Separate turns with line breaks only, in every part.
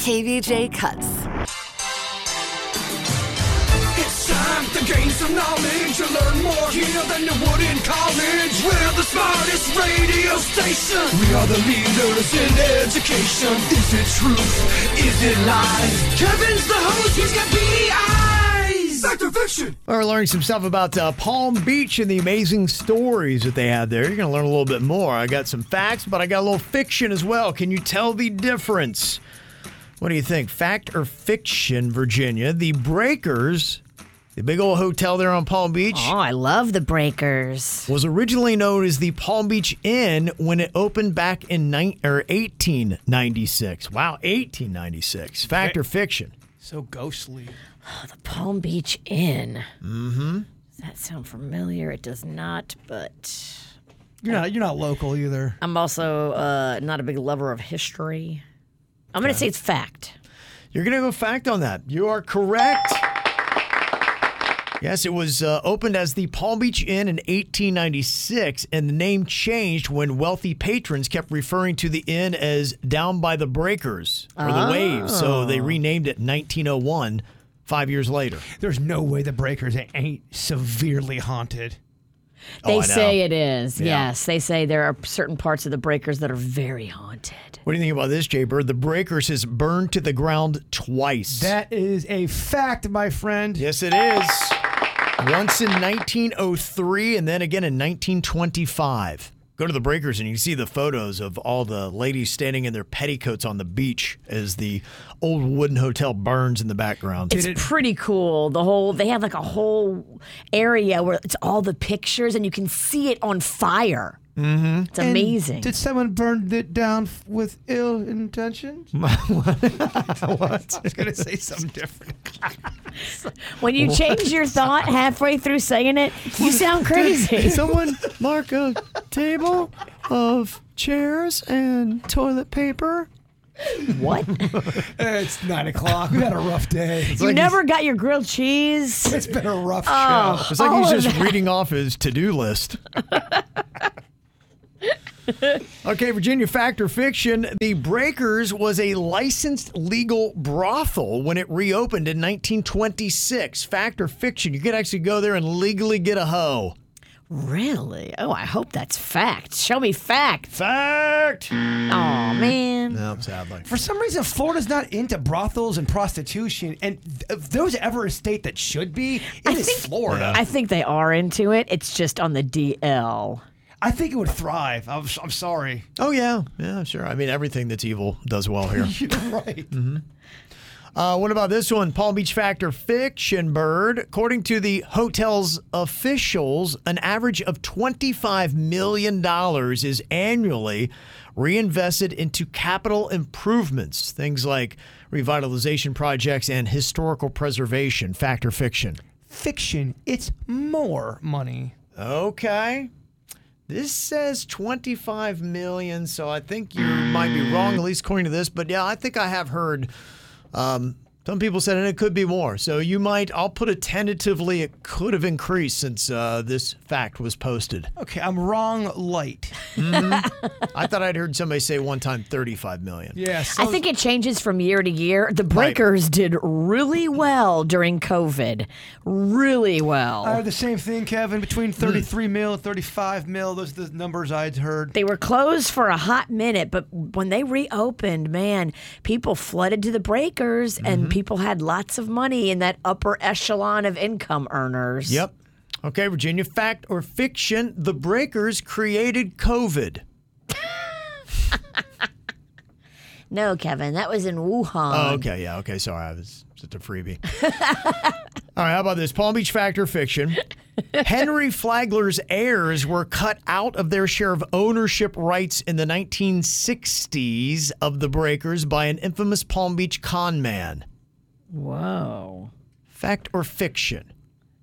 KVJ Cuts.
It's time to gain some knowledge. You learn more here than you would in college. We're the smartest radio station. We are the leaders in education. Is it truth? Is it lies? Kevin's the host. He's got beady eyes. Fact or fiction?
Well, We're learning some stuff about uh, Palm Beach and the amazing stories that they had there. You're going to learn a little bit more. I got some facts, but I got a little fiction as well. Can you tell the difference? What do you think? Fact or fiction, Virginia? The Breakers, the big old hotel there on Palm Beach,
Oh, I love the breakers.
was originally known as the Palm Beach Inn when it opened back in nine or 1896. Wow, 1896. Fact or fiction?
So ghostly.
The Palm Beach Inn. Mm-hmm. Does that sound familiar? It does not, but
You're not you're not local either.
I'm also uh, not a big lover of history. I'm going to say it's fact.
You're going to go fact on that. You are correct. Yes, it was uh, opened as the Palm Beach Inn in 1896, and the name changed when wealthy patrons kept referring to the inn as Down by the Breakers or the Waves. So they renamed it in 1901, five years later.
There's no way the breakers ain't severely haunted. Oh,
They
Oh, I know.
say it is. Yes, they say there are certain parts of the breakers that are very haunted.
What do you think about this, Jay Bird? The Breakers has burned to the ground twice.
That is a fact, my friend.
Yes, it is. Once in 1903 and then again in 1925. Go to the breakers and you can see the photos of all the ladies standing in their petticoats on the beach as the old wooden hotel burns in the background.
It's pretty cool. The whole they have like a whole area where it's all the pictures and you can see it on fire. Mm-hmm. It's amazing.
Did someone burn it down f- with ill intentions? what? I was gonna say something different.
When you change your thought halfway through saying it, you sound crazy.
Someone mark a table of chairs and toilet paper.
what?
It's nine o'clock. We had a rough day.
You never got your grilled cheese?
It's been a rough
Oh.
show.
It's like
All
he's
of
just reading off his to-do list. okay, Virginia fact or fiction, the Breakers was a licensed legal brothel when it reopened in 1926. Fact or fiction, you could actually go there and legally get a hoe.
Really? Oh, I hope that's fact. Show me fact.
Fact.
Oh man.
No, sadly.
For some reason, Florida's not into brothels and prostitution. And if there's ever a state that should be, it is
I think-
Florida.
I think they are into it. It's just on the DL.
I think it would thrive. I'm, I'm sorry.
Oh yeah, yeah, sure. I mean, everything that's evil does well here. Mm-hmm.
You're right.
Uh, what about this one? Palm Beach Factor Fiction Bird. According to the hotel's officials, an average of $25 million is annually reinvested into capital improvements, things like revitalization projects and historical preservation. Factor fiction.
Fiction, it's more money.
Okay. This says 25 million, so I think you might be wrong, at least according to this. But yeah, I think I have heard um, Some people said, and it could be more. So you might, I'll put it tentatively, it could have increased since uh, this fact was posted.
Okay, I'm wrong. Light.
I thought I'd heard somebody say one time 35 million.
Yeah.
I
So
think it changes from year to year. The Breakers did really well during COVID. Really well.
I heard the same thing, Kevin. Between 33 mil and 35 mil, those are the numbers I'd heard.
they were closed for a hot minute, but when they reopened, man, people flooded to the Breakers
Mm-hmm.
and people had lots of money in that upper echelon of income earners.
Yep. Okay, Virginia, fact or fiction, the breakers created COVID.
No, Kevin, that was in Wuhan.
Oh, okay, yeah, okay, sorry, I was just a freebie. All right, how about this? Palm Beach fact or fiction? Henry Flagler's heirs were cut out of their share of ownership rights in the 1960s of the breakers by an infamous Palm Beach con man.
Whoa.
Fact or fiction?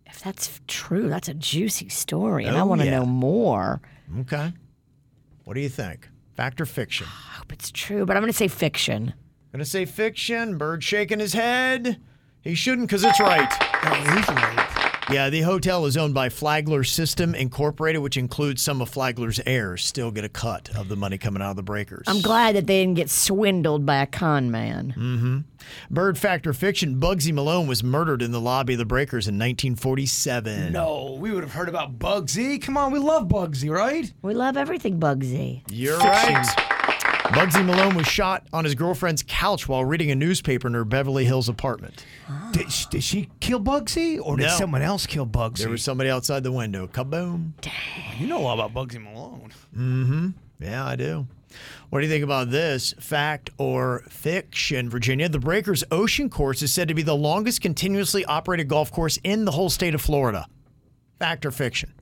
If that's f- true, that's a juicy story, and I
Oh,
want to
yeah.
know more.
Okay. What do you think? Fact or fiction?
I hope it's true, but I'm going to say fiction.
Gonna say fiction. Bird shaking his head. He shouldn't because it's right. Yeah, the hotel is owned by Flagler System Incorporated, which includes some of Flagler's heirs still get a cut of the money coming out of the breakers.
I'm glad that they didn't get swindled by a con man.
Mm. Bird fact or fiction, Bugsy Malone was murdered in the lobby of the breakers in 1947.
No, we would have heard about Bugsy. Come on, we love Bugsy, right?
We love everything Bugsy.
You're right. Bugsy Malone was shot on his girlfriend's couch while reading a newspaper in her Beverly Hills apartment.
Did, sh- did she kill Bugsy, or did
No.
someone else kill Bugsy?
There was somebody outside the window. Kaboom.
you know all about Bugsy Malone.
Yeah, I do. What do you think about this? Fact or fiction, Virginia? The Breakers Ocean Course is said to be the longest continuously operated golf course in the whole state of Florida. Fact or fiction?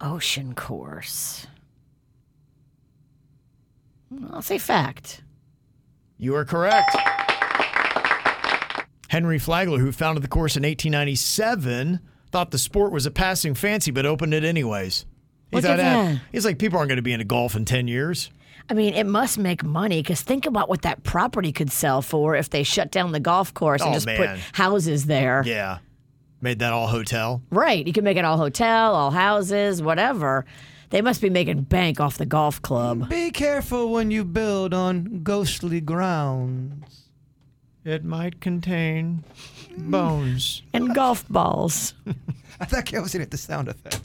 Ocean course. I'll say fact.
You are correct. Henry Flagler, who founded the course in 1897, thought the sport was a passing fancy, but opened it anyways. He
Look at
thought, "Eh,
that."
He's like, people aren't going to be into golf in 10 years.
I mean, it must make money because think about what that property could sell for if they shut down the golf course and
Oh,
just
man.
put houses there.
Yeah. Made that all hotel.
Right. You can make it all hotel, all houses, whatever. They must be making bank off the golf club.
Be careful when you build on ghostly grounds.
It might contain bones.
And golf balls.
I thought Kevin was in at the sound effect.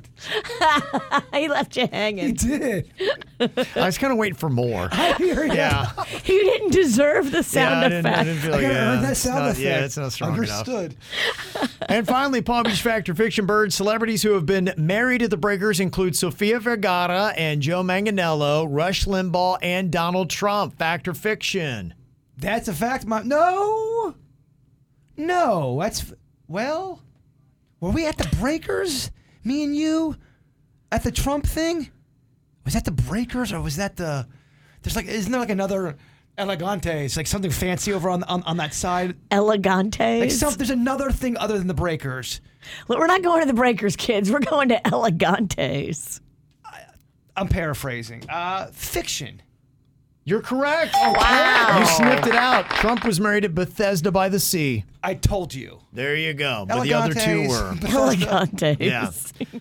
he left you hanging.
did.
I was kind of waiting for more. Yeah.
You didn't deserve the
yeah, I
sound
didn't, I
effect.
didn't feel like yeah, it's not- Yeah, it's not strong enough.
Understood.
And finally, Palm Beach Factor Fiction Bird celebrities who have been married to the Breakers include Sofia Vergara and Joe Manganello, Rush Limbaugh, and Donald Trump. Factor Fiction.
That's a fact. My no, no. That's f- well. Were we at the Breakers? Me and you at the Trump thing? Was that the Breakers or was that the? There's like isn't there like another Elegante? It's like something fancy over on on, on that side.
Elegantes.
Like some, there's another thing other than the Breakers.
Look, We're not going to the Breakers, kids. We're going to Elegantes.
I'm paraphrasing. Uh, fiction.
You're correct. Oh, wow. You snipped it out. Trump was married at Bethesda by the Sea.
I told you.
There you go. But the other two
Elegantes.
were.
Elegantes.
Yeah.